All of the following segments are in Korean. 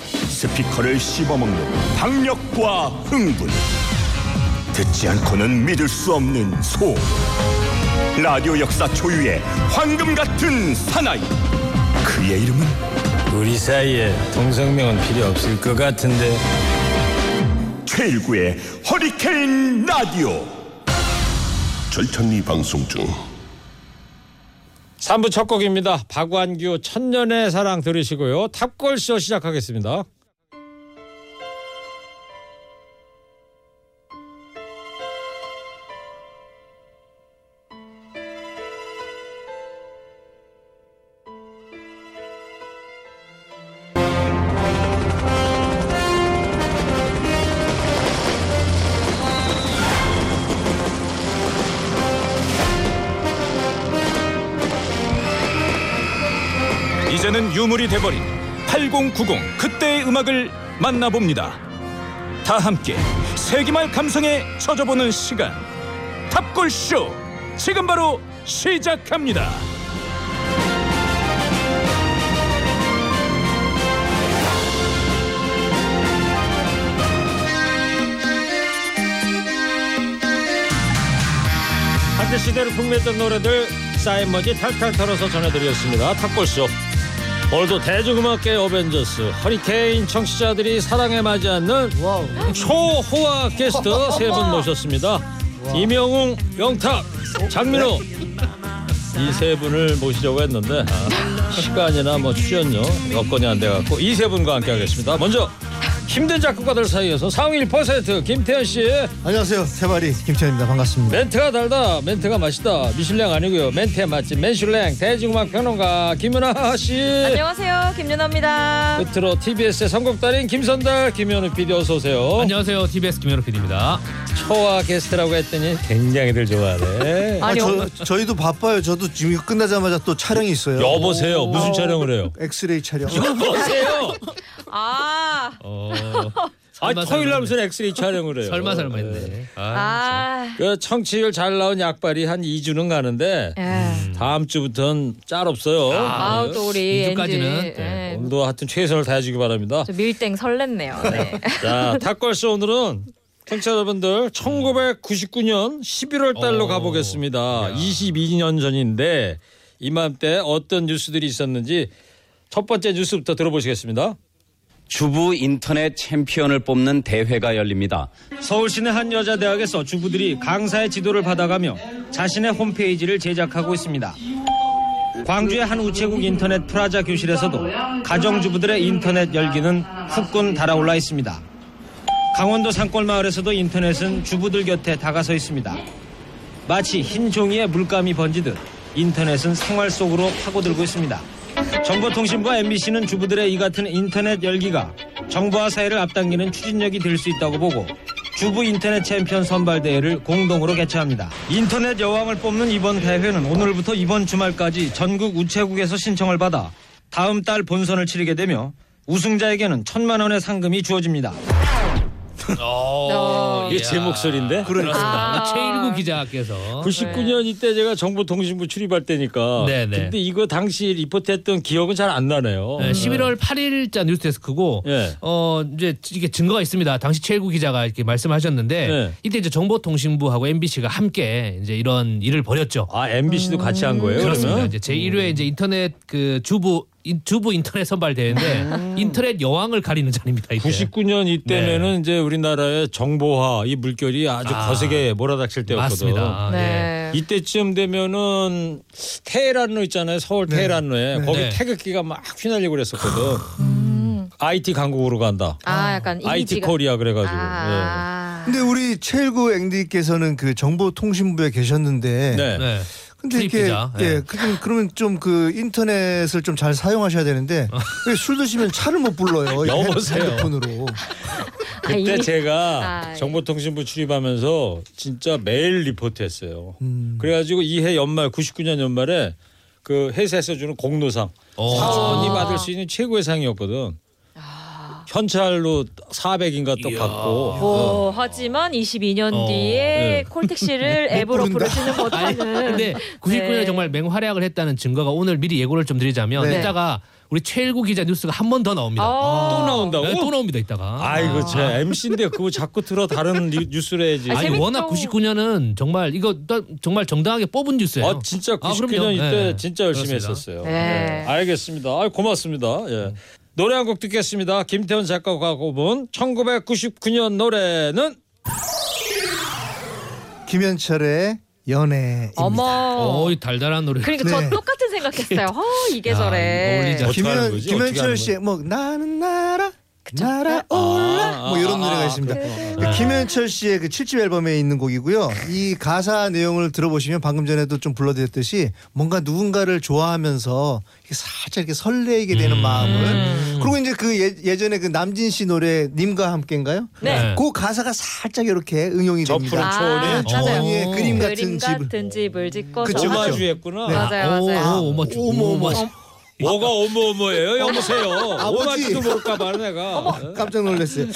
스피커를 씹어먹는 박력과 흥분 듣지 않고는 믿을 수 없는 소음 라디오 역사 초유의 황금 같은 사나이 그의 이름은 우리 사이에 동성명은 필요 없을 것 같은데 최일구의 허리케인 라디오 절찬리 방송 중 3부 첫 곡입니다. 박완규 천년의 사랑 들으시고요. 탑골쇼 시작하겠습니다. 이제는 유물이 돼버린 8090 그때의 음악을 만나봅니다. 다 함께 세기말 감성에 젖어보는 시간 탑골쇼 지금 바로 시작합니다. 한때 시대를 풍미했던 노래들 쌓인 먼지 탈탈 털어서 전해드렸습니다. 탑골쇼. 오늘도 대중음악계 어벤져스 허리케인 청취자들이 사랑에 맞지 않는 초호화 게스트 세 분 모셨습니다. 이명웅, 영탁, 장민호 이 세 분을 모시려고 했는데 아, 시간이나 뭐 출연료 여건이 안 돼갖고 이 세 분과 함께하겠습니다. 먼저 힘든 작곡가들 사이에서 상위 1% 김태현 씨의 안녕하세요. 세발이 김태현입니다. 반갑습니다. 멘트가 달다 멘트가 맛있다 미슐랭 아니고요 멘트의 맛집 맨슐랭 대중음악 평론가 김윤아 씨 안녕하세요, 김윤아입니다. 끝으로 TBS의 선곡달인 김선달 김현우 PD 어서 오세요 안녕하세요. TBS 김현우 PD입니다. 초와 게스트라고 했더니 굉장히들 좋아하네 아, 아니, 어, 저, 오늘- 저희도 바빠요. 저도 지금 이거 끝나자마자 또 촬영이 네. 있어요. 여보세요 무슨 촬영을 해요 엑스레이 촬영. 여보세요 아, 어, 아 설마, 토요일 날 설마. 무슨 엑스레이 촬영을 해요 설마 설마 했네. 아, 아, 그 청취율 잘 나온 약발이 한 2주는 가는데 예. 다음 주부터는 짤 없어요 네. 아, 아우 또 우리 이주까지는, 엔지, 네. 예. 오늘도 하여튼 최선을 다해주기 바랍니다 저 밀땡 설렜네요. 어, 네. 자, 닭걸스 오늘은 청취자분들 1999년 11월 달로 오, 가보겠습니다. 22년 전인데 이맘때 어떤 뉴스들이 있었는지 첫 번째 뉴스부터 들어보시겠습니다. 주부 인터넷 챔피언을 뽑는 대회가 열립니다. 서울시내 한 여자 대학에서 주부들이 강사의 지도를 받아가며 자신의 홈페이지를 제작하고 있습니다. 광주의 한 우체국 인터넷 프라자 교실에서도 가정주부들의 인터넷 열기는 후끈 달아올라 있습니다. 강원도 산골마을에서도 인터넷은 주부들 곁에 다가서 있습니다. 마치 흰 종이에 물감이 번지듯 인터넷은 생활 속으로 파고들고 있습니다. 정보통신부와 MBC는 주부들의 이 같은 인터넷 열기가 정부와 사회를 앞당기는 추진력이 될 수 있다고 보고 주부 인터넷 챔피언 선발 대회를 공동으로 개최합니다. 인터넷 여왕을 뽑는 이번 대회는 오늘부터 이번 주말까지 전국 우체국에서 신청을 받아 다음 달 본선을 치르게 되며 우승자에게는 천만 원의 상금이 주어집니다. 어, 이게 제 목소리인데? 아. 그렇습니다. 최일구 기자께서 99년 아, 이때 제가 정보통신부 출입할 때니까. 네. 네네. 근데 이거 당시 리포트했던 기억은 잘 안 나네요. 네, 11월 8일자 뉴스데스크고 예. 어 이제 이게 증거가 있습니다. 당시 최일구 기자가 이렇게 말씀하셨는데 네. 이때 이제 정보통신부하고 MBC가 함께 이제 이런 일을 벌였죠. 아 MBC도 같이 한 거예요? 그렇습니다. 네. 그러면? 이제 제 1회 이제 인터넷 그 주부 인, 주부 인터넷 선발 대회인데 음. 인터넷 여왕을 가리는 자리입니다. 이때. 99년 이때면은 네. 이제 우리나라의 정보화 이 물결이 아주 아, 거세게 몰아닥칠 때였거든. 맞습니다. 예. 네. 이때쯤 되면은 테헤란로 있잖아요. 서울 테헤란로에 거기 네. 태극기가 막 휘날리고 그랬었거든. IT 강국으로 간다. 아, 약간 IT 음. 이미지가. 코리아 그래가지고. 아, 근데 우리 최일구 앵디께서는 그 정보통신부에 계셨는데. 예. 네. 네. 근데 이게 출입기자, 예. 예. 그럼- 그러면 좀 그 인터넷을 좀 잘 사용하셔야 되는데 왜 술 드시면 차를 못 불러요. 이 여보세요. 핸드폰으로. 예. 아, 그때 이미- 제가 아, 예. 정보통신부 출입하면서 진짜 매일 리포트했어요. 음. 그래가지고 이 해 연말 99년 연말에 그 회사에서 주는 공로상 어. 아. 사원이 받을 수 있는 최고의 상이었거든. 현찰로 400인가 또 받고 오, 어, 하지만 22년 어, 네. 뒤에 콜택시를 앱으로 부르지는 아니, 못하는. 근데 99년에 음. 네. 정말 맹활약을 했다는 증거가 오늘 미리 예고를 좀 드리자면 네. 이따가 우리 최일구 기자 뉴스가 한 번 더 나옵니다. 아. 또 나온다고? 네, 또 나옵니다 이따가. 아이고 제 MC인데 그거 자꾸 들어 다른 리- 뉴스로 해야지. 아, 아니 재밌다. 워낙 99년은 정말 이거 나- 정말 정당하게 뽑은 뉴스예요. 아 진짜 아, 99년 그럼요. 이때 네. 진짜 열심히 그렇습니다. 음. 했었어요. 네. 예, 알겠습니다. 아 고맙습니다. 예. 노래 한 곡 듣겠습니다. 김태훈 작가가 꼽은 1999년 노래는 네, 김현철의 연애입니다. 어머. 오, 이 달달한 노래. 그러니까 네. 저 똑같은 생각했어요. 허 이게 야, 저래. 어울리지 않- 어떻게 하는 김현, 거지? 어떻게 하는 김현철 씨의 뭐 나는 날아 날아올라 아, 뭐 이런 아, 노래가 아, 있습니다. 근데 김현철 씨의 그 7집 앨범에 있는 곡이고요. 이 가사 내용을 들어보시면 방금 전에도 좀 불러드렸듯이 뭔가 누군가를 좋아하면서 이렇게 살짝 이렇게 설레게 음. 되는 마음을 그리고 이제 그 예, 예전에 그 남진 씨 노래 님과 함께인가요? 네. 그 가사가 살짝 이렇게 응용이 됩니다. 아, 초원에 맞아요. 초원위에 그림 같은 그림 집을. 같은 집을 짓고 그쵸, 저하죠. 맞죠. 네. 오마주했구나. 맞아요, 맞아요. 네. 오, 뭐, 오마주. 어머, 오마주. 뭐가 어머어머예요? 여보세요. 아버지. 오마주도 모를까 봐 내가. 깜짝 놀랐어요.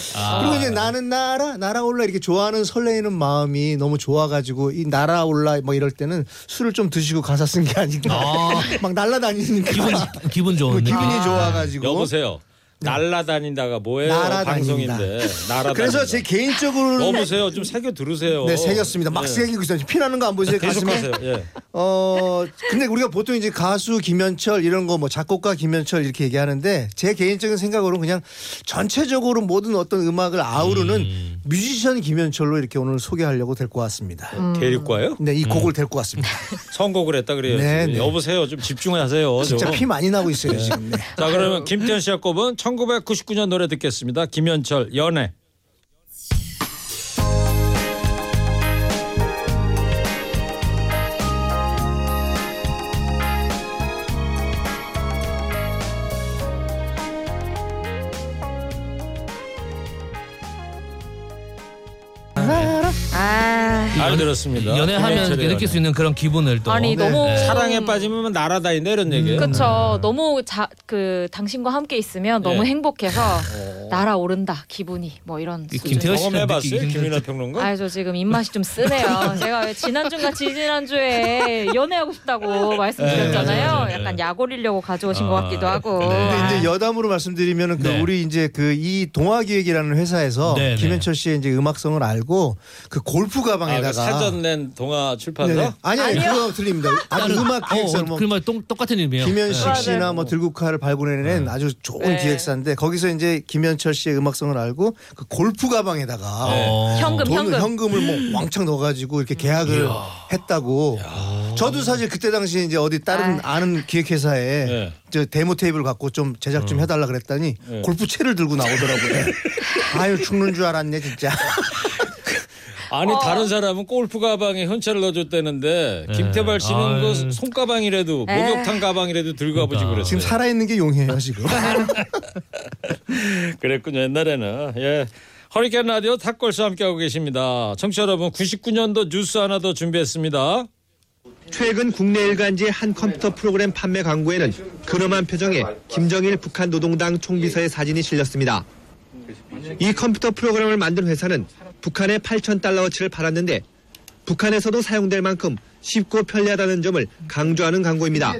그리고 이제 나는 나라 날아올라 이렇게 좋아하는 설레이는 마음이 너무 좋아가지고 이 날아올라 뭐 이럴 때는 술을 좀 드시고 가사 쓴 게 아닌가. 막 날아다니니까 기분 기분 뭐 좋은 기분이 느낌. 좋아가지고. 여보세요. 날라다닌다가 뭐예요? 네. 날아다닌다. 방송인데. 날아다닌다. 그래서 제 개인적으로는 여보세요. 좀 새겨 들으세요. 네 새겼습니다. 막 예. 새기고 있어요. 피나는 거 안 보이세요? 가슴에? 계속하세요. 예. 어 근데 우리가 보통 이제 가수 김현철 이런 거 뭐 작곡가 김현철 이렇게 얘기하는데 제 개인적인 생각으로 는 그냥 전체적으로 모든 어떤 음악을 아우르는 뮤지션 김현철로 이렇게 오늘 소개하려고 될 것 같습니다. 대립과요? 네, 이 곡을 될 것 같습니다. 선곡을 했다 그래요. 네, 지금. 네. 여보세요. 좀 집중하세요. 진짜 좀. 피 많이 나고 있어요 지금. 네. 자 그러면 김태현 씨가 꼽은 1999년 노래 듣겠습니다. 김현철 연애. 아, 잘 들었습니다. 네. 연애하면 김현철의 느낄 수 있는 그런 기분을 또. 아니 네. 너무 음, 사랑에 빠지면 날아다닌다 이런 음. 얘기예요. 그렇죠. 너무 자 그 당신과 함께 있으면 너무 예. 행복해서 날아오른다 기분이 뭐 이런. 이 수준. 김태현 씨는 경험해봤어요? 느끼기 김민아 평론가? 아저 지금 입맛이 좀 쓰네요. 제가 왜 지난주인가 지지난주에 연애하고 싶다고 네, 맞아요, 말씀드렸잖아요. 맞아요. 약간 약올리려고 가져오신 것 아, 같기도 하고. 근데 아. 이제 여담으로 말씀드리면은 그 네. 우리 이제 그 이 동화기획이라는 회사에서 네, 네. 김현철 씨의 이제 음악성을 알고 그 골프 아, 그 가방에다가 사전 낸 동화 네, 출판사? 네. 아니 아니 그거 들립니다. 아주 음악 기획사 뭐 어, 그말 똑같은 네. 의미예요. 네. 김현식 씨나 뭐 들국화를 발굴해낸 아주 좋은 네. 기획사인데 거기서 이제 김현철 씨의 음악성을 알고 그 골프 가방에다가 네. 어. 현금 돈을 현금. 현금을 뭐 왕창 넣어가지고 이렇게 계약을 했다고. 저도 사실 그때 당시 이제 어디 다른 아는 기획회사에 네. 음. 저 데모 테이블 갖고 좀 제작 좀 해달라 그랬더니 골프채를 들고 나오더라고요. 아유 죽는 줄 알았네 진짜. 아니 다른 사람은 골프 가방에 현찰을 넣어줬다는데 김태발 씨는 네. 아유. 그러니까. 그 손가방이라도 에. 목욕탕 가방이라도 들고 가보지 그랬어요. 지금 살아있는 게 용해요 지금. 그랬군요 옛날에는. 예. 허리케인 라디오 탁골수 함께하고 계십니다. 청취자 여러분 99년도 뉴스 하나 더 준비했습니다. 최근 국내 일간지 한 컴퓨터 프로그램 판매 광고에는 근엄한 표정의 김정일 북한 노동당 총비서의 사진이 실렸습니다. 이 컴퓨터 프로그램을 만든 회사는 북한에 8천 달러어치를 팔았는데 북한에서도 사용될 만큼 쉽고 편리하다는 점을 강조하는 광고입니다.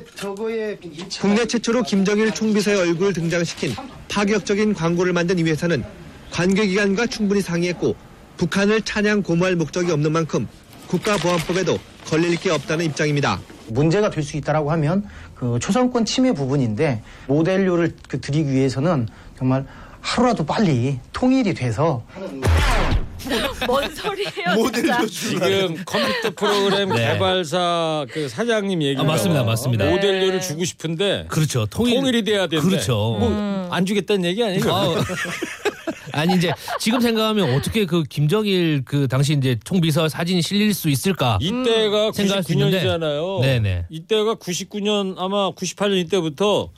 국내 최초로 김정일 총비서의 얼굴을 등장시킨 파격적인 광고를 만든 이 회사는 관계기관과 충분히 상의했고 북한을 찬양 고무할 목적이 없는 만큼 국가보안법에도 걸릴 게 없다는 입장입니다. 문제가 될 수 있다라고 하면 그 초상권 침해 부분인데 모델료를 그 드리기 위해서는 정말 하루라도 빨리 통일이 돼서 뭔 소리예요? 진짜. 모델도 지금 컴퓨터 프로그램 네. 개발사 그 사장님 얘기 아, 맞습니다, 맞습니다. 네. 모델료를 주고 싶은데 그렇죠. 통일, 통일이 돼야 되는데 그렇죠. 음. 뭐안 주겠다는 얘기 아니에요? 아우. 어. 아니 이제 지금 생각하면 어떻게 그 김정일 그 당시 이제 총비서 사진이 실릴 수 있을까? 이때가 음, 생각할 수 있는데. 99년이잖아요. 네네. 이때가 99년 아마 98년 이때부터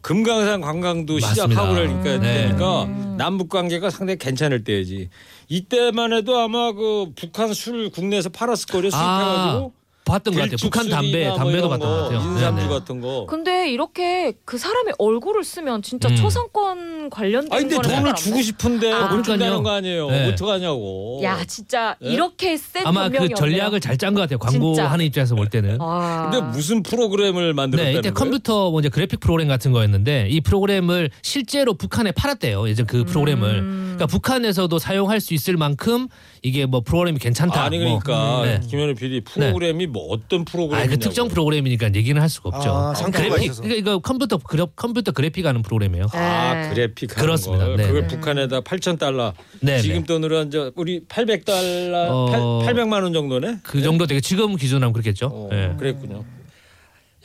금강산 관광도 맞습니다. 시작하고 그러니까 네. 그러니까 음. 남북 관계가 상당히 괜찮을 때지. 이때만 해도 아마 그 북한 술 국내에서 팔았을 거예요. 아 수입해가지고 봤던 것 같아요. 북한 담배 들쭉술이나 뭐 담배도 이런 봤던 것 거, 같아요. 네, 인삼주 네네. 같은 거. 근데 이렇게 그 사람의 얼굴을 쓰면 진짜 어. 음. 초상권 세금 관련된 아 근데 거는 돈을 상관없나요? 주고 싶은데 아, 못 준다는 그러니까요. 거 아니에요. 네. 어떡하냐고. 야 진짜 예? 이렇게 센 아마 네, 변명이 그 전략을 잘 짠 것 같아요. 진짜. 어. 광고하는 입장에서 볼 때는. 없네요. 근데 뭐, 무슨 프로그램을 만들었다는 아. 네, 이때 거예요? 컴퓨터 뭐 이제 그래픽 프로그램 같은 거였는데 이 프로그램을 실제로 북한에 팔았대요. 예전 그 프로그램을. 음. 그러니까 북한에서도 사용할 수 있을 만큼 이게 뭐 프로그램이 괜찮다. 아니 뭐. 그러니까 네. 김현우 PD 프로그램이 뭐 어떤 아니 프로그램이냐고. 그 특정 프로그램이니까 얘기는 할 수가 없죠. 아, 상표가 그래픽 있어서. 그러니까 이거 컴퓨터 그래, 컴퓨터 그래픽 하는 프로그램이에요. 네. 아 그래픽 하는 네. 그렇습니다. 걸. 네, 그걸 네. 북한에다 8천 달러. 네, 지금 네. 돈으로 이제 우리 800달러 어. 8, 0만원 정도네. 그 정도 되게 지금 기준하면 그렇겠죠. 어, 예. 그랬군요.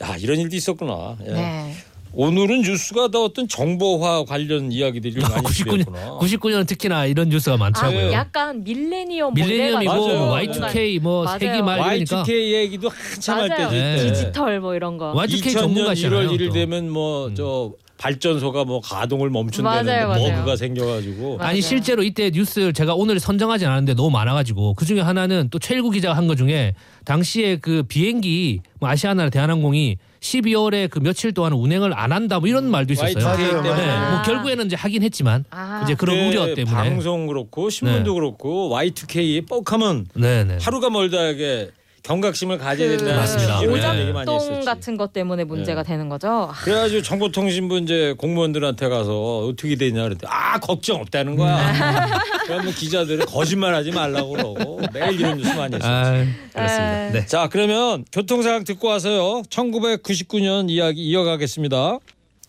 야 이런 일도 있었구나. 예. 네. 오늘은 뉴스가 더 어떤 정보화 관련 이야기들이 많이 아, 99년 있구나. 99년 특히나 이런 뉴스가 아, 많더라고요. 약간 뭐 밀레니엄 밀레니엄이고 예. 맞아요. Y2K 뭐 맞아요. 세기 말 이러니까 네. Y2K 얘기도 한참 할 때도 맞아요. 있대. 디지털 뭐 이런 거. Y2K 2000년 전문가시잖아요. 1월 1일 또. 음. 되면 뭐 저 발전소가 뭐 가동을 멈춘다는 맞아요, 뭐 맞아요. 버그가 생겨가지고 맞아요. 아니 실제로 이때 뉴스 제가 오늘 선정하지 않았는데 너무 많아가지고 그 중에 하나는 또 최일구 기자가 한 거 중에 당시에 그 비행기 뭐 아시아나 대한항공이 12월에 그 며칠 동안 운행을 안 한다 뭐 음, 이런 말도 있었어요. Y2K 맞아요, 때문에 네, 뭐 아. 결국에는 이제 하긴 했지만 아. 이제 그런 우려 그때 때문에 네. 방송 그렇고 신문도 그렇고 Y2K에 뻑하면 네네 하루가 멀다하게 경각심을 가져야 된다는 맞습니다. 네. 취지로 오잡동 얘기 많이 똥 했었지. 그 같은 것 때문에 예. 문제가 되는 거죠. 그래가지고 정보통신부 이제 공무원들한테 가서 어떻게 되냐 그랬더니 아 걱정 없다는 음. 거야. 그러면 기자들은 거짓말하지 말라고 그러고 매일 이런 뉴스 많이 했었지. 아, 그렇습니다. 에이. 네. 자 그러면 교통상황 듣고 와서요 1999년 이야기 이어가겠습니다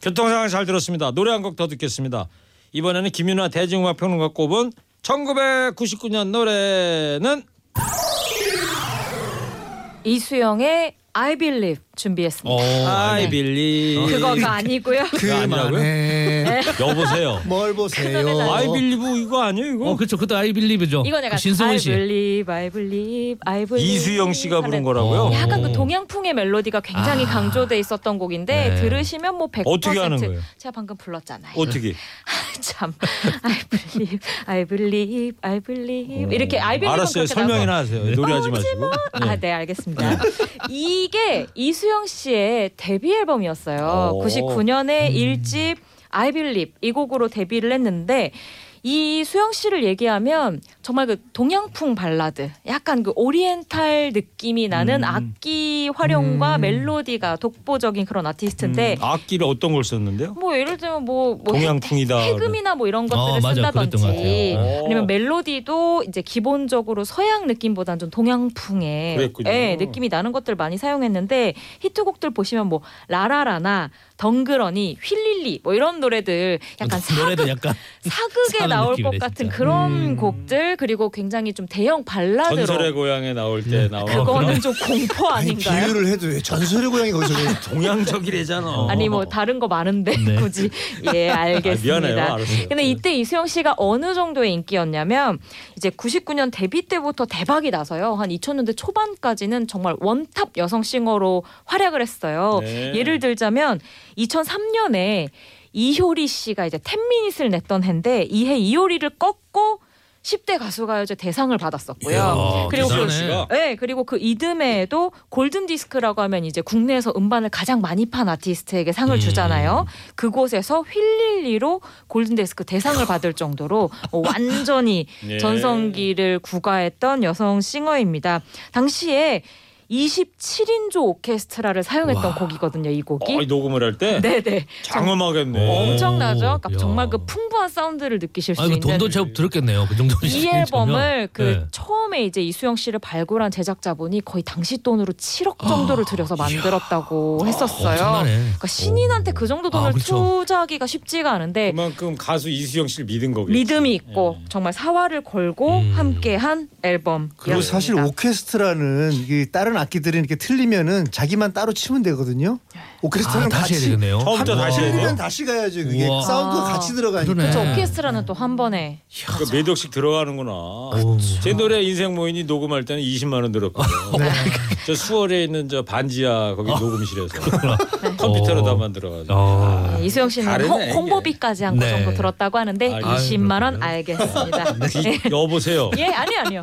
교통상황 잘 들었습니다 노래 한 곡 더 듣겠습니다 이번에는 김윤아 대중음악 평론가 꼽은 1999년 노래는 이수영의 I Believe 준비했습니다. 아, 네. I Believe 그거가 아니고요. 어, 그거 아니라고요? 네. 그만해. 여보세요 네. 뭘 보세요? 큰일 났네. I Believe 이거 아니에요 이거 어 그렇죠. 그것도 아이빌리브죠. 그 이건 약간 신승훈 I 씨. Believe, I Believe, I Believe. 이수영 씨가 부른 하는 거라고요 어. 약간 그 동양풍의 멜로디가 굉장히 아. 강조돼 있었던 곡인데 네. 들으시면 뭐 100% 어떻게 하는 거예요? 제가 방금 불렀잖아요. 어떻게 참 I believe, I believe, I believe 이렇게 I believe 알았어요 설명이나 하세요 네, 노래하지 마시고 아, 네, 알겠습니다. 이게 이수영 씨의 데뷔 앨범이었어요. 오. 99년에 음. 일집 I Believe 이 곡으로 데뷔를 했는데 이 수영 씨를 얘기하면 정말 그 동양풍 발라드, 약간 그 오리엔탈 느낌이 음. 나는 악기 활용과 멜로디가 독보적인 그런 음. 아티스트인데 악기를 어떤 걸 썼는데요 뭐 예를 들면 뭐, 뭐 동양풍이다. 해- 해금이나 뭐 이런 어, 것들을 맞아요. 그랬던 것 쓴다든지 어. 같아요. 아니면 멜로디도 이제 기본적으로 서양 느낌보다는 좀 동양풍의 그랬군요. 예, 느낌이 나는 것들 많이 사용했는데 히트곡들 보시면 뭐 라라라나 덩그러니 휠릴리 뭐 이런 노래들 약간 노래도 사극 약간 사극에 사극 나올 느낌이네, 것 같은 진짜. 음. 그런 곡들 그리고 굉장히 좀 대형 전설의 발라드로 고향에 나올 때 나오는 어, 그거는 좀 공포 아니 아닌가요? 비유를 해도 왜 전설의 고향이 거기서 왜 동양적이래잖아 아니 뭐 다른 거 많은데 네. 굳이 예 알겠습니다. 어. 아, 미안해요. 알았어요. 근데 이때 이수영 씨가 어느 정도의 인기였냐면 이제 99년 데뷔 때부터 대박이 나서요. 한 2000년대 초반까지는 정말 원탑 여성 싱어로 활약을 했어요. 네. 예를 들자면 2003년에 이효리 씨가 이제 텐미닛을 냈던 해인데 이 해 이효리를 꺾고 10대 가수가요제 대상을 받았었고요. 이야, 그리고 그 어, 대단해. 씨가 네, 그리고 그 이듬해에도 골든 디스크라고 하면 이제 국내에서 음반을 가장 많이 판 아티스트에게 상을 음. 주잖아요. 그곳에서 휠릴리로 골든 디스크 대상을 받을 정도로 어, 완전히 예. 전성기를 구가했던 여성 싱어입니다. 당시에 27인조 오케스트라를 사용했던 와. 곡이거든요, 이 곡이. 어, 녹음을 할 때 네, 네. 장엄하겠네. 엄청나죠? 그러니까 어. 야. 정말 그 풍부한 사운드를 느끼실 수 아 이거 있는 돈도 제법 들었겠네요. 그 정도면. 이 앨범을 그 네. 처음에 이제 이수영 씨를 발굴한 제작자분이 거의 당시 돈으로 7억 정도를 들여서 만들었다고 했었어요. 아, 엄청나네. 그러니까 신인한테 그 정도 돈을 아, 그렇죠. 투자하기가 쉽지가 않은데 그만큼 가수 이수영 씨를 믿은 거겠지. 네. 예. 믿음이 있고 정말 사활을 걸고 음. 함께한 앨범이었습니다. 그리고 사실 오케스트라는 이게 다른 악기들은 이렇게 틀리면은 자기만 따로 치면 되거든요. 오케스트라는 아, 다시 해야 같이 되겠네요. 처음부터 다시 해야 돼요. 틀리면 다시 가야지 그게 우와. 사운드가 같이 들어가니까. 그러네. 저 오케스트라는 또 한 번에 그러니까 몇 네. 억씩 들어가는구나. 제 노래 인생 모인이 녹음할 때는 20만 원 들었거든요. 저 수월에 있는 저 반지하 거기 녹음실에서 컴퓨터로다 어. 만들어가지고 네, 이수영 씨는 아, 다르네, 홍, 보비까지 한 거 네. 정도 들었다고 하는데 아유, 20만 원 알겠습니다. 네. 귀- 여보세요. 예, 아니 아니요.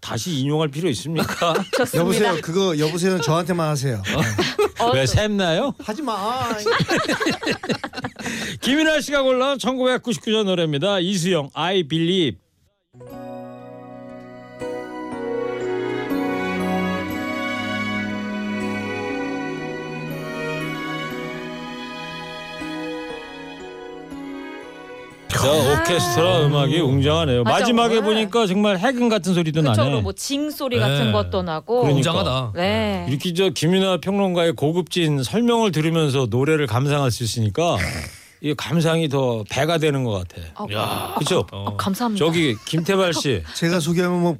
다시 인용할 필요 있습니까? 좋습니다. 여보세요. 그거 여보세요는 저한테만 하세요. 어, 왜 샘나요? 하지 마. 김인하 씨가 골라온 1999년 노래입니다. 이수영 I Believe. 자, 오케스트라 음악이 웅장하네요. 아. 맞아, 마지막에 오늘. 보니까 정말 해금 같은 소리도 그쪽으로 나네. 뭐징 소리 네. 같은 것도 나고. 그러니까. 굉장하다. 네. 이렇게 저 김윤아 평론가의 고급진 설명을 들으면서 노래를 감상할 수 있으니까 네. 이 감상이 더 배가 되는 것 같아. 어, 그렇죠? 어, 감사합니다. 저기 김태발 씨. 제가 소개하면 뭐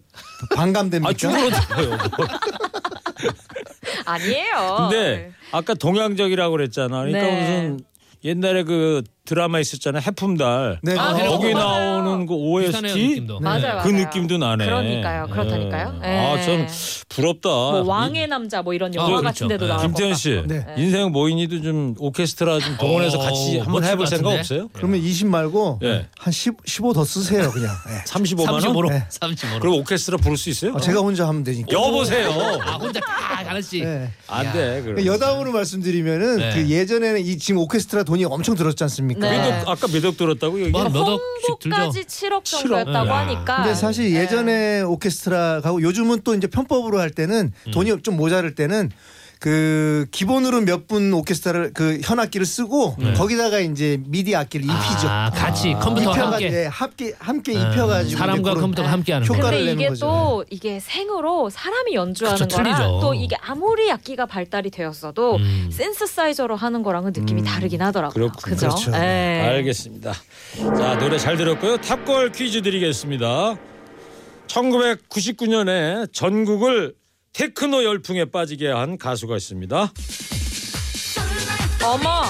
반감됩니까? 그러니까. 아 죽으러 들어요. 아니에요. 근데 아까 동양적이라고 그랬잖아. 그러니까 어, 네. 무슨 옛날에 그 드라마 있었잖아. 해품달. 네. 아, 그래요? 거기 맞아요. 나오는 그 비슷하네요, OST 느낌도. 맞아요, 네. 맞아요. 그 느낌도 나네. 그러니까요. 그렇다니까요. 네. 아, 참 부럽다. 뭐 왕의 남자 뭐 이런 영화 그렇죠. 같은 데도 네. 나올 김태현 것 씨, 네. 인생 모인이도 좀 오케스트라 좀 동원해서 어, 같이 한번 멋질 해볼 것 생각 같은데? 없어요? 그러면 20 말고 예. 한 10, 15 더 쓰세요 그냥. 예. 35만 원? 35로. 네. 35로. 그럼 오케스트라 부를 수 있어요? 어, 제가 혼자 하면 되니까. 여보세요. 아 혼자 다 하나씩. 예. 안 돼. 그럼. 그러니까 여담으로 말씀드리면은 네. 그 예전에는 이 지금 오케스트라 돈이 엄청 들었지 않습니까? 네. 매덕, 아까 매덕 들었다고 여기. 뭐, 같아요. 몇 그러니까 홍보 억씩 들죠? 까지 7억 정도였다고 야. 하니까. 근데 사실 예전에 오케스트라 가고 요즘은 또 이제 편법으로 할 때는 음. 돈이 좀 모자랄 때는 그 기본으로 몇 분 오케스트라를 그 현악기를 쓰고 거기다가 이제 미디 악기를 입히죠. 네. 아, 같이 컴퓨터 입혀가- 함께. 음, 예, 함께 함께 입혀가지고 사람과 이제 그런- 컴퓨터가 함께하는 효과를 거예요. 근데 내는 이게 거죠. 또 이게 생으로 사람이 연주하는 그쵸, 거랑 틀리죠. 또 이게 아무리 악기가 발달이 되었어도 음. 센스사이저로 하는 거랑은 느낌이 다르긴 하더라고요. 그렇군요. 죠 음. 네. 그렇죠. 네. 알겠습니다. 자 노래 잘 들었고요. 탑골 퀴즈 드리겠습니다. 1999년에 전국을 테크노 열풍에 빠지게 한 가수가 있습니다. 어머,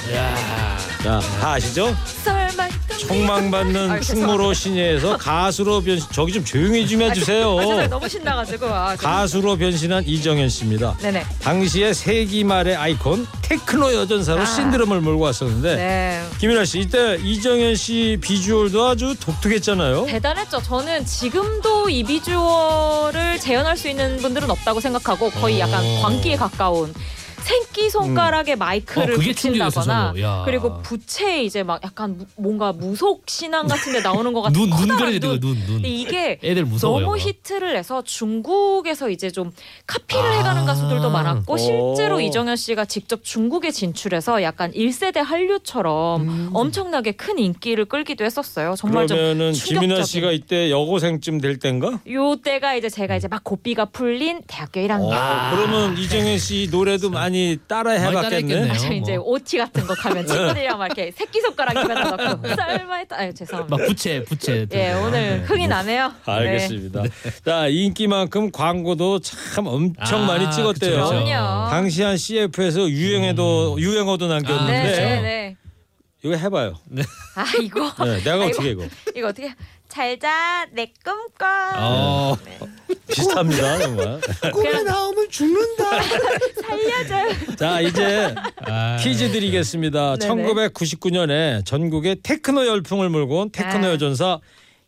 자, 다 아시죠? 설마 총망받는 아유, 충무로 신예에서 가수로 변신. 저기 좀 조용히 좀 아, 죄송해요. 해주세요. 너무 신나가지고. 아, 좀- 가수로 변신한 이정현 씨입니다. 네네. 당시에 세기 말의 아이콘 테크노 여전사로 아. 신드롬을 몰고 왔었는데 네. 김윤아 씨 이때 이정현 씨 비주얼도 아주 독특했잖아요. 대단했죠. 저는 지금도 이 비주얼을 재현할 수 있는 분들은 없다고 생각하고 거의 약간 광기에 가까운 생기 손가락에 마이크를 어, 그게 붙인다거나 충격이었어, 저거. 야. 그리고 부채에 이제 막 약간 무- 뭔가 무속 신앙 같은 데 나오는 것 같은 눈, 눈 커다란 그려야 되고, 눈. 눈, 눈. 근데 이게 애들 무서워요. 너무 그거. 히트를 내서 중국에서 이제 좀 카피를 아. 해가는 가수들도 많았고 오. 실제로 이정현 씨가 직접 중국에 진출해서 약간 1세대 한류처럼 엄청나게 큰 인기를 끌기도 했었어요. 정말 그러면은 좀 김윤아 충격적인. 씨가 이때 여고생쯤 될 땐가? 요 때가 이제 제가 이제 막 고삐가 풀린 대학교 1학년. 아, 아. 어, 그러면 이정현 씨 노래도 많이 따라 해봤겠네. 따라했겠네요. 저 이제 뭐. OT 같은 거 가면 친구들이랑 막 이렇게 새끼 손가락 입에다 넣고 썰마했다. 아유 막 죄송합니다. 부채, 부채. 그 예 오늘 흥이 나네요. 알겠습니다. 자 인기만큼 광고도 참 엄청 아, 많이 네. 찍었대요. 그쵸, 그쵸. 그럼요. 당시 한 CF에서 유행에도 유행어도 남겼는데 아, 네. 그쵸. 네네네. 네. 이거 해봐요. 아 이거 네, 내가 어떻게 이거 아. 이거 어떻게 잘자 내 꿈꿔. 어, 비슷합니다 정말. 꿈에 나오면 죽는다. 자 이제 퀴즈 드리겠습니다. 네네. 1999년에 전국에 테크노 열풍을 몰고 온 테크노 아. 여전사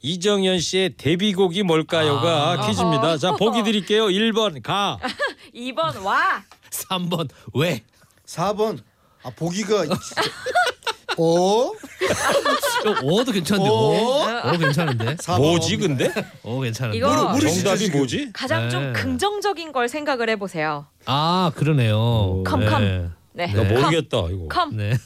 이정현 씨의 데뷔곡이 뭘까요가 아. 퀴즈입니다. 자 보기 드릴게요. 1번 가, 2번 와. 3번 왜? 4번 아 보기가 어? 오 오도 괜찮은데. 오, 오 괜찮은데. 4번 뭐지 근데? 오 괜찮은데. 어? 이거 어, 정답이 뭐지? 가장 네. 좀 긍정적인 걸 생각을 해보세요. 아 그러네요. 컴, 컴. 네. 나 컴, 모르겠다 이거. 컴. 네.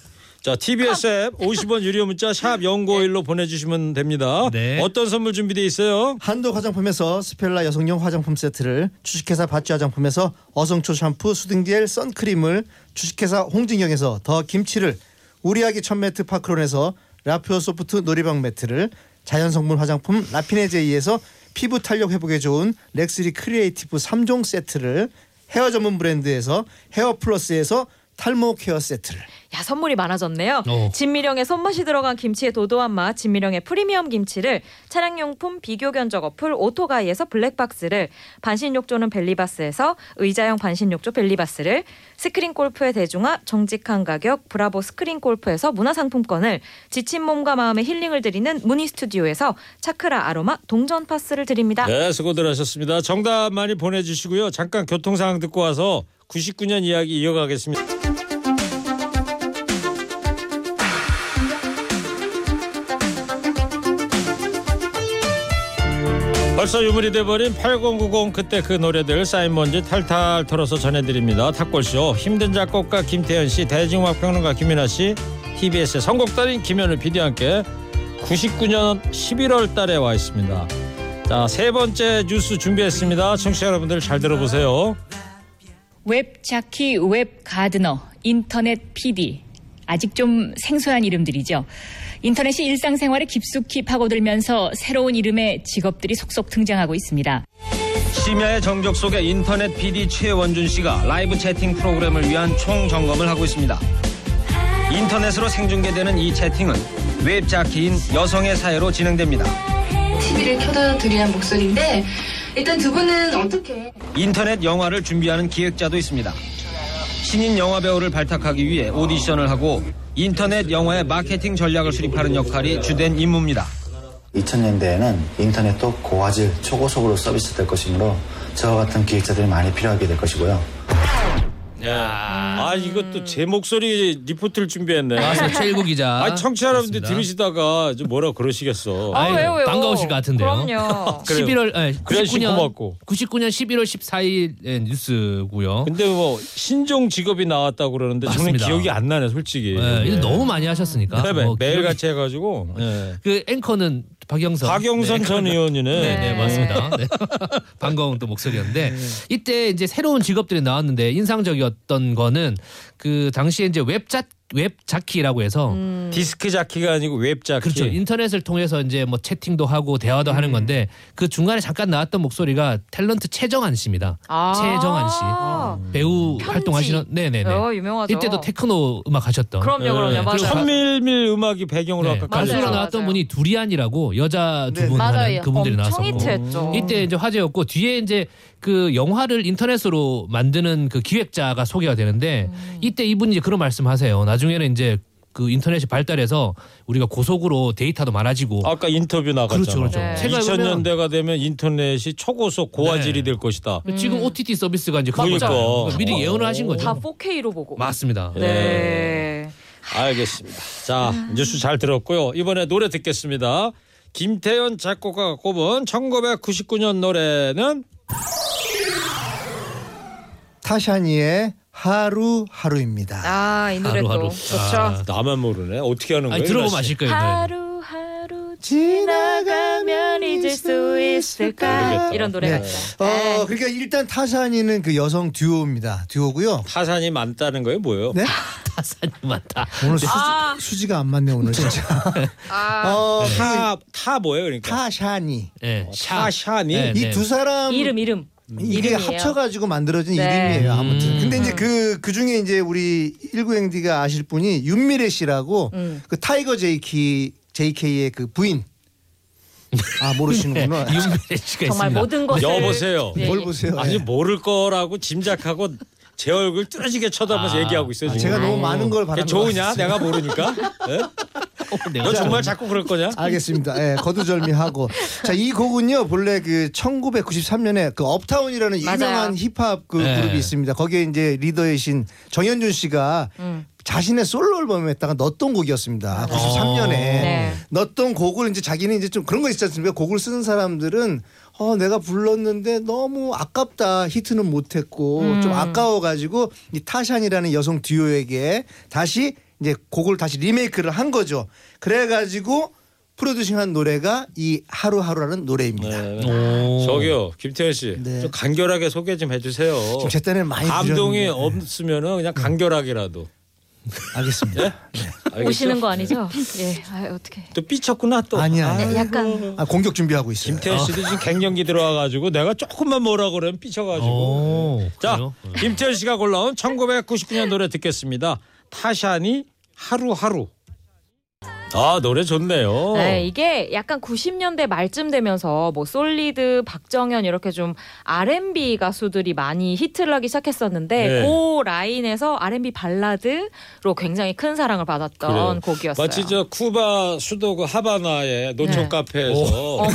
자 TBS 앱 50원 유료 문자 샵 0951로 보내주시면 됩니다. 네. 어떤 선물 준비돼 있어요? 한도 화장품에서 스펠라 여성용 화장품 세트를 주식회사 바찌 화장품에서 어성초 샴푸 수딩젤 선크림을 주식회사 홍진경에서 더 김치를 우리 아기 천매트 파크론에서 라퓨어 소프트 놀이방 매트를 자연성분 화장품 라피네제이에서 피부 탄력 회복에 좋은 렉스리 크리에이티브 3종 세트를 헤어 전문 브랜드에서 헤어 플러스에서 탈모 케어 세트를. 야 선물이 많아졌네요. 오. 진미령의 손맛이 들어간 김치의 도도한 맛, 진미령의 프리미엄 김치를 차량용품 비교 견적 어플 오토가이에서 블랙박스를 반신욕조는 벨리바스에서 의자형 반신욕조 벨리바스를 스크린 골프의 대중화 정직한 가격 브라보 스크린 골프에서 문화상품권을 지친 몸과 마음에 힐링을 드리는 무니 스튜디오에서 차크라 아로마 동전 파스를 드립니다. 네, 수고들 하셨습니다. 정답 많이 보내주시고요. 잠깐 교통 상황 듣고 와서 99년 이야기 이어가겠습니다. 벌써 유물이 돼버린 8090 그때 그 노래들 쌓인 먼지 탈탈 털어서 전해드립니다. 탁골쇼 힘든 작곡가 김태현 씨, 대중음악 평론가 김윤아 씨, TBS의 선곡달인 김현우 PD와 함께 99년 11월 달에 와 있습니다. 자, 세 번째 뉴스 준비했습니다. 청취자 여러분들 잘 들어보세요. 웹 자키, 웹 가드너, 인터넷 PD. 아직 좀 생소한 이름들이죠. 인터넷이 일상생활에 깊숙이 파고들면서 새로운 이름의 직업들이 속속 등장하고 있습니다. 심야의 정적 속에 인터넷 PD 최원준 씨가 라이브 채팅 프로그램을 위한 총 점검을 하고 있습니다. 인터넷으로 생중계되는 이 채팅은 웹자키인 여성의 사회로 진행됩니다. TV를 켜다 드리는 목소리인데 일단 두 분은 어떻게 인터넷 영화를 준비하는 기획자도 있습니다. 신인 영화 배우를 발탁하기 위해 오디션을 하고 인터넷 영화의 마케팅 전략을 수립하는 역할이 주된 임무입니다. 2000년대에는 인터넷도 고화질, 초고속으로 서비스될 것이므로 저와 같은 기획자들이 많이 필요하게 될 것이고요. 아, 이것도 제 목소리 리포트를 준비했네. 아, 최일구 기자. 아, 청취자 여러분들 그렇습니다. 들으시다가 좀 뭐라 그러시겠어. 아이고, 반가우실 것 같은데요. 11월 예, 그래야 씨 99년 고맙고. 99년 11월 14일 의 뉴스고요. 근데 뭐 신종 직업이 나왔다고 그러는데 맞습니다. 저는 기억이 안 나네, 솔직히. 예, 이거 너무 많이 하셨으니까. 네, 네. 뭐 매일 기억이- 같이 해가지고. 예. 그 앵커는 박영선. 박영선 전 의원이네. 네. 네, 네, 맞습니다. 네. 반가운 또 목소리였는데 이때 이제 새로운 직업들이 나왔는데 인상적이었던 거는 그 당시에 이제 웹자 웹자키라고 해서 음. 디스크 자키가 아니고 웹자키. 네. 네. 그렇죠. 인터넷을 통해서 이제 뭐 채팅도 하고 대화도 하는 건데 그 중간에 잠깐 나왔던 목소리가 탤런트 최정한 씨입니다. 아. 최정한 씨. 배우 활동하시는 네네네. 어, 유명하죠. 이때도 테크노 음악 하셨던. 그럼요, 그럼요. 네. 맞아요. 그리고 가- 천밀밀 음악이 배경으로 네, 아까 가수로 깔렸죠. 나왔던 분이 두리안이라고 여자 두 분 네. 맞아요. 하는 그분들이 엄청 나왔었고 음. 히트했죠. 이때 이제 화제였고 뒤에 이제 그 영화를 인터넷으로 만드는 그 기획자가 소개가 되는데 음. 이때 이분이 이제 그런 말씀하세요. 나중에는 이제 그 인터넷이 발달해서 우리가 고속으로 데이터도 많아지고 아까 인터뷰 나갔잖아. 그렇죠, 그렇죠. 네. 생각해보면- 네. 2000년대가 되면 인터넷이 초고속 고화질이 될 것이다. 지금 OTT 서비스가 이제 그런 그러니까. 거잖아요. 미리 예언을 하신 거죠. 음. 다 네. 4K로 보고. 맞습니다. 네. 알겠습니다. 자, 뉴스 잘 들었고요. 이번에 노래 듣겠습니다. 김태현 작곡가가 꼽은 1999년 노래는 타샤니의 하루하루입니다. 아, 이 노래 또 좋죠. 아. 나만 모르네. 어떻게 하는 거예요? 아니, 들어보면 이나 씨? 아실 거예요, 네. 하루하루 지나가면 잊을 수 있을까? 이런 네. 노래가 있어요. 어, 그러니까 일단 타샤니는 그 여성 듀오입니다. 듀오고요. 타산이 많다는 거예요, 뭐예요? 네? 타산이 많다. 오늘 수지, 아. 수지가 안 맞네 오늘 진짜. 어, 타, 타 뭐예요, 그러니까? 타샤니. 네. 어, 샤, 샤니. 이 두 사람 이름 이름 이게 이름이에요. 합쳐가지고 만들어진 네. 이름이에요 아무튼. 음. 근데 이제 그, 그 중에 이제 우리 19행디가 아실 분이 윤미래 씨라고 음. 그 타이거 JK, JK의 그 부인. 아 모르시는구나. 윤미래 씨가 정말 있습니다. 모든 뭐. 것을- 여보세요. 네. 뭘 보세요? 네. 아니 모를 거라고 짐작하고 제 얼굴 뚫어지게 쳐다보면서 아, 얘기하고 있어요. 아, 지금. 제가 너무 많은 걸 바란 그게 것 좋으냐? 같습니다. 어, 내가 모르니까. 예? 너 정말 자꾸 그럴 거냐? 알겠습니다. 예, 거두절미하고. 자, 이 곡은요, 본래 그 1993년에 그 업타운이라는 맞아요. 유명한 힙합 그 네. 그룹이 있습니다. 거기에 이제 리더이신 정현준 씨가 자신의 솔로 앨범에다가 넣었던 곡이었습니다. 93년에 네. 넣었던 곡을 이제 자기는 이제 좀 그런 거 있지 않습니까? 곡을 쓰는 사람들은 어 내가 불렀는데 너무 아깝다 히트는 못했고 좀 아까워가지고 이 타샨이라는 여성 듀오에게 다시 이제 곡을 다시 리메이크를 한 거죠. 그래가지고 프로듀싱한 노래가 이 하루하루라는 노래입니다. 네. 저기요 김태현 씨, 좀 간결하게 소개 좀 해주세요. 네. 지금 제 딴에는 많이 감동이 늦었는데. 네. 없으면은 그냥 간결하게라도. 예? 알겠습니다. 네. 알겠죠? 오시는 거 아니죠? 네. 예. 아, 어떻게. 또 삐쳤구나 또. 아니야. 네, 약간 아, 공격 준비하고 있어요. 김태희 씨도 지금 갱년기 들어와가지고 내가 조금만 뭐라 그러면 어. 삐쳐가지고. 자, 네. 김태희 씨가 골라온 1999년 노래 듣겠습니다. 타샤니 하루하루. 아 노래 좋네요. 네, 이게 약간 90년대 말쯤 되면서 뭐 솔리드, 박정현 이렇게 좀 R&B 가수들이 많이 히트를 하기 시작했었는데 네. 그 라인에서 R&B 발라드로 굉장히 큰 사랑을 받았던 그래요. 곡이었어요. 마치 저 쿠바 수도 그 하바나의 노천 네. 카페에서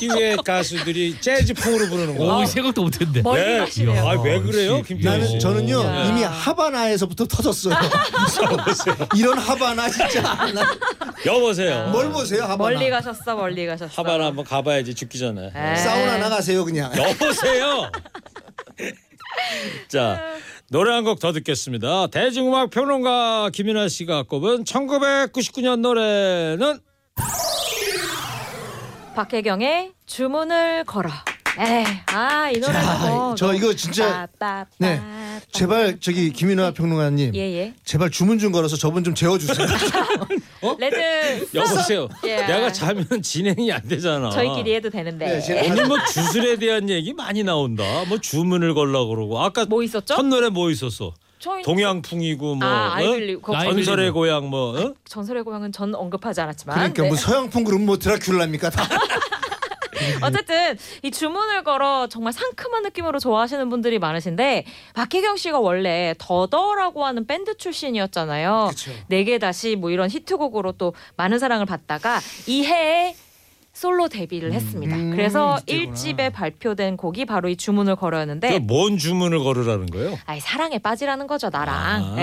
티웨 가수들이 재즈풍으로 부르는 거. 오, 이 생각도 못했는데. 아, 네. 아, 왜 그래요, 김태현 네. 나는 씨? 저는요 야. 이미 하바나에서부터 터졌어요. 이런 하바나 진짜 여보세요. 뭘 보세요 하바나? 아. 멀리 가셨어, 멀리 가셨어. 네. 하바나 한번 가봐야지 죽기 전에. 에이. 사우나 나가세요 그냥. 여보세요. 자 노래 한 곡 더 듣겠습니다. 대중음악 평론가 김윤아 씨가 꼽은 1999년 노래는 박혜경의 주문을 걸어. 에이, 아, 이 노래. 아, 저 이거 진짜 네 제발 저기 김인화 평론가님 예, 예. 제발 주문 좀 걸어서 저분 좀 재워주세요. 어? 레드. 여보세요. 예. 내가 자면 진행이 안 되잖아. 저희끼리 해도 네, 되는데. 오늘 뭐 주술에 대한 얘기 많이 나온다. 뭐 주문을 걸라 그러고 아까 뭐 있었죠? 첫 노래 뭐 있었어? 저희- 동양풍이고 뭐 아, 어? 아이들리- 거- 전설의 고향 뭐 어? 전설의 고향은 전 언급하지 않았지만. 그러니까 네. 뭐 서양풍 그룹 뭐 드라큘라입니까 다. 어쨌든 이 주문을 걸어 정말 상큼한 느낌으로 좋아하시는 분들이 많으신데 박혜경 씨가 원래 더더라고 하는 밴드 출신이었잖아요. 네개 다시 뭐 이런 히트곡으로 또 많은 사랑을 받다가 이 해에 솔로 음, 데뷔를 했습니다. 그래서 일집에 발표된 곡이 바로 이 주문을 걸어였는데 그 뭔 주문을 걸으라는 거예요? 아이 사랑에 빠지라는 거죠 나랑 아. 예,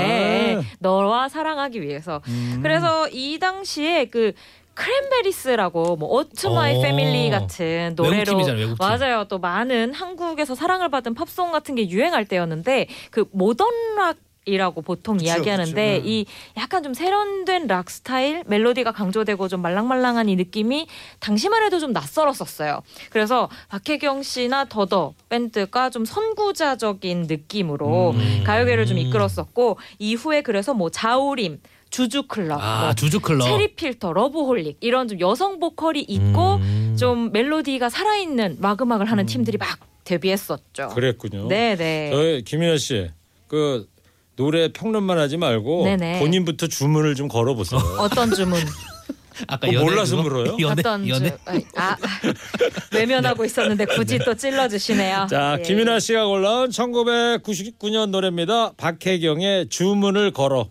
예. 너와 사랑하기 위해서 음. 그래서 이 당시에 그 크랜베리스라고 뭐 어츠 마이 어. 패밀리 같은 노래로 외국팀이잖아요, 외국팀. 맞아요 또 많은 한국에서 사랑을 받은 팝송 같은 게 유행할 때였는데 그 모던 락 이라고 보통 이야기하는데 그쵸. 네. 이 약간 좀 세련된 락 스타일 멜로디가 강조되고 좀 말랑말랑한 이 느낌이 당시만 해도 좀 낯설었었어요. 그래서 박혜경 씨나 더더 밴드가 좀 선구자적인 느낌으로 음. 가요계를 좀 이끌었었고 이후에 그래서 뭐 자우림 주주클럽, 아, 뭐 주주클럽. 체리필터, 러브홀릭 이런 좀 여성 보컬이 있고 음. 좀 멜로디가 살아있는 락 음악을 하는 팀들이 막 데뷔했었죠. 그랬군요. 어. 네네. 저희 김윤아 씨, 그 노래 평론만 하지 말고 네네. 본인부터 주문을 좀 걸어보세요. 어떤 주문? 아까 연애 뭐 몰라서 그거? 물어요? 어떤 주? 아 외면하고 있었는데 굳이 또 찔러주시네요. 자, 예. 김윤아 씨가 골라온 1999년 노래입니다. 박혜경의 주문을 걸어.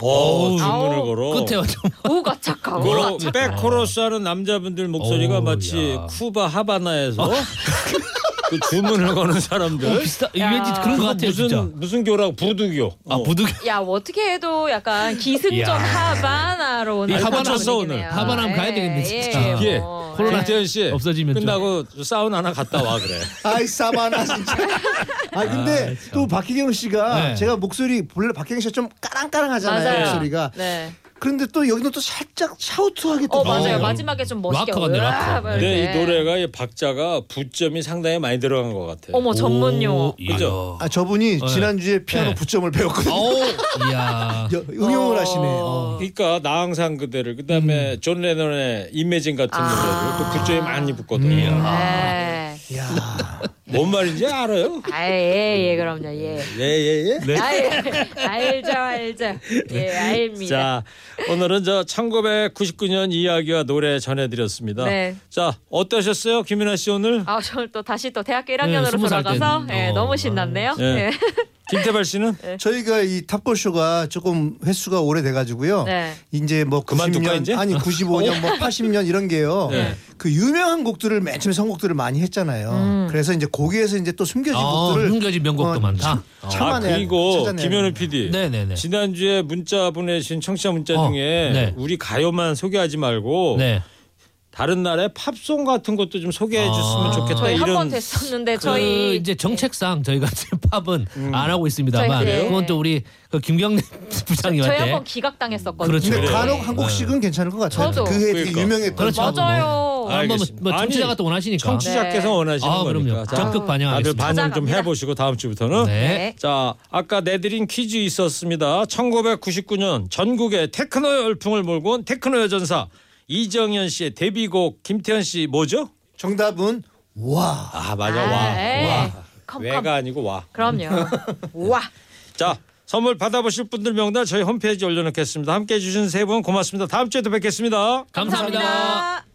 오, 주문을 아우, 그 걸어. 끝에요, 우가 착하. 우가 뭐로 착하. 어, 백코러스 하는 남자분들 목소리가 어우, 마치 야. 쿠바 하바나에서 그 주문을 거는 사람들 어, 비슷하- 이게 왠지 그런 것 그거 같아요, 무슨 진짜. 무슨 교라고 부두교. 아 부두교. 야, 뭐 어떻게 해도 약간 기승전 이야. 하바나로 오늘 이 하바나 끝나는 쳤어, 오늘. 분위기네요. 하바나 한번 가야 예, 되겠네, 진짜. 예, 예. 뭐. 코로나 태연 씨 없어지면 좀. 끝나고 사우나 하나 갔다 와 그래. 아이 사바나 진짜. 아 근데 또 박희경 씨가 네. 제가 목소리 원래 박희경 씨가 좀 까랑까랑하잖아요 맞아요. 목소리가. 네. 그런데 또 여기는 또 살짝 샤우트하게 또 어, 맞아요. 나와요. 마지막에 좀 멋있게. 네, 으아, 막 근데 네, 이렇게. 이 노래가 이 박자가 부점이 상당히 많이 들어간 것 같아. 어머, 전문 용어. 그죠? 아 저분이 네. 지난주에 피아노 네. 부점을 어, 배웠거든요. 이야. 여- 응용을 하시네요. 어. 그러니까 나 항상 그대를 그다음에 아. 존 레논의 이매진 같은 노래도 또 부점이 많이 붙거든요. 아. 네. 뭔 말인지 알아요? 아, 예, 예, 그럼요. 예. 예예예. 아, 예. 알죠, 알죠. 예, 알입니다. 네. 자, 오늘은 저 1999년 이야기와 노래 전해드렸습니다. 네. 자, 어떠셨어요, 김윤아 씨 오늘? 아, 저는 또 다시 또 대학교 1학년으로 스무 살 돌아가서 때는. 예, 어. 너무 신났네요. 예. 예. 김태발 씨는 네. 네. 저희가 이 탑골 쇼가 조금 횟수가 오래돼가지고요. 네. 어. 이제 뭐 그만둘까, 90년 이제? 아니 95년 뭐 80년 이런 게요. 네. 그 유명한 곡들을 맨 처음에 선곡들을 많이 했잖아요. 음. 그래서 이제 거기에서 이제 또 숨겨진 아, 곡들을 어, 숨겨진 명곡도 많다. 어. 참- 참아내야 아, 그리고 찾아내야 김현우 돼요. PD. 네, 지난주에 문자 보내신 청취자 문자 중에 어, 네. 우리 가요만 소개하지 말고 다른 날에 팝송 같은 것도 좀 소개해 줬으면 아. 좋겠다 저희 한 번그 이런 됐었는데 그 저희 이제 정책상 저희가 지금 팝은 음. 안 하고 있습니다만 저희 그래요? 그건 또 우리 그 김경래 부장이 저희 한 할때 번 기각당했었거든요. 그렇죠. 근데 간혹 한 곡씩은 괜찮을 것 같아요. 네. 저도. 그 해에 그러니까. 유명했던 그렇죠. 맞아요. 뭐, 한번 뭐 청취자가 또 원하시니까 청취자께서 네. 원하시는 아, 거니까. 그럼요. 자, 적극 다들 반영하겠습니다. 반영 좀 찾아갑니다. 해보시고 다음 주부터는 네. 자 아까 내드린 퀴즈 있었습니다. 1999년 전국의 테크노 열풍을 몰고 온 테크노 여전사 이정현 씨의 데뷔곡 김태현 씨 뭐죠? 정답은 와. 아 맞아 아, 와. 에이. 와. 컴, 컴. 왜가 아니고 와. 그럼요. 와. 자 선물 받아보실 분들 명단 저희 홈페이지 올려놓겠습니다. 함께해 주신 세 분 고맙습니다. 다음 주에도 뵙겠습니다 아, 감사합니다.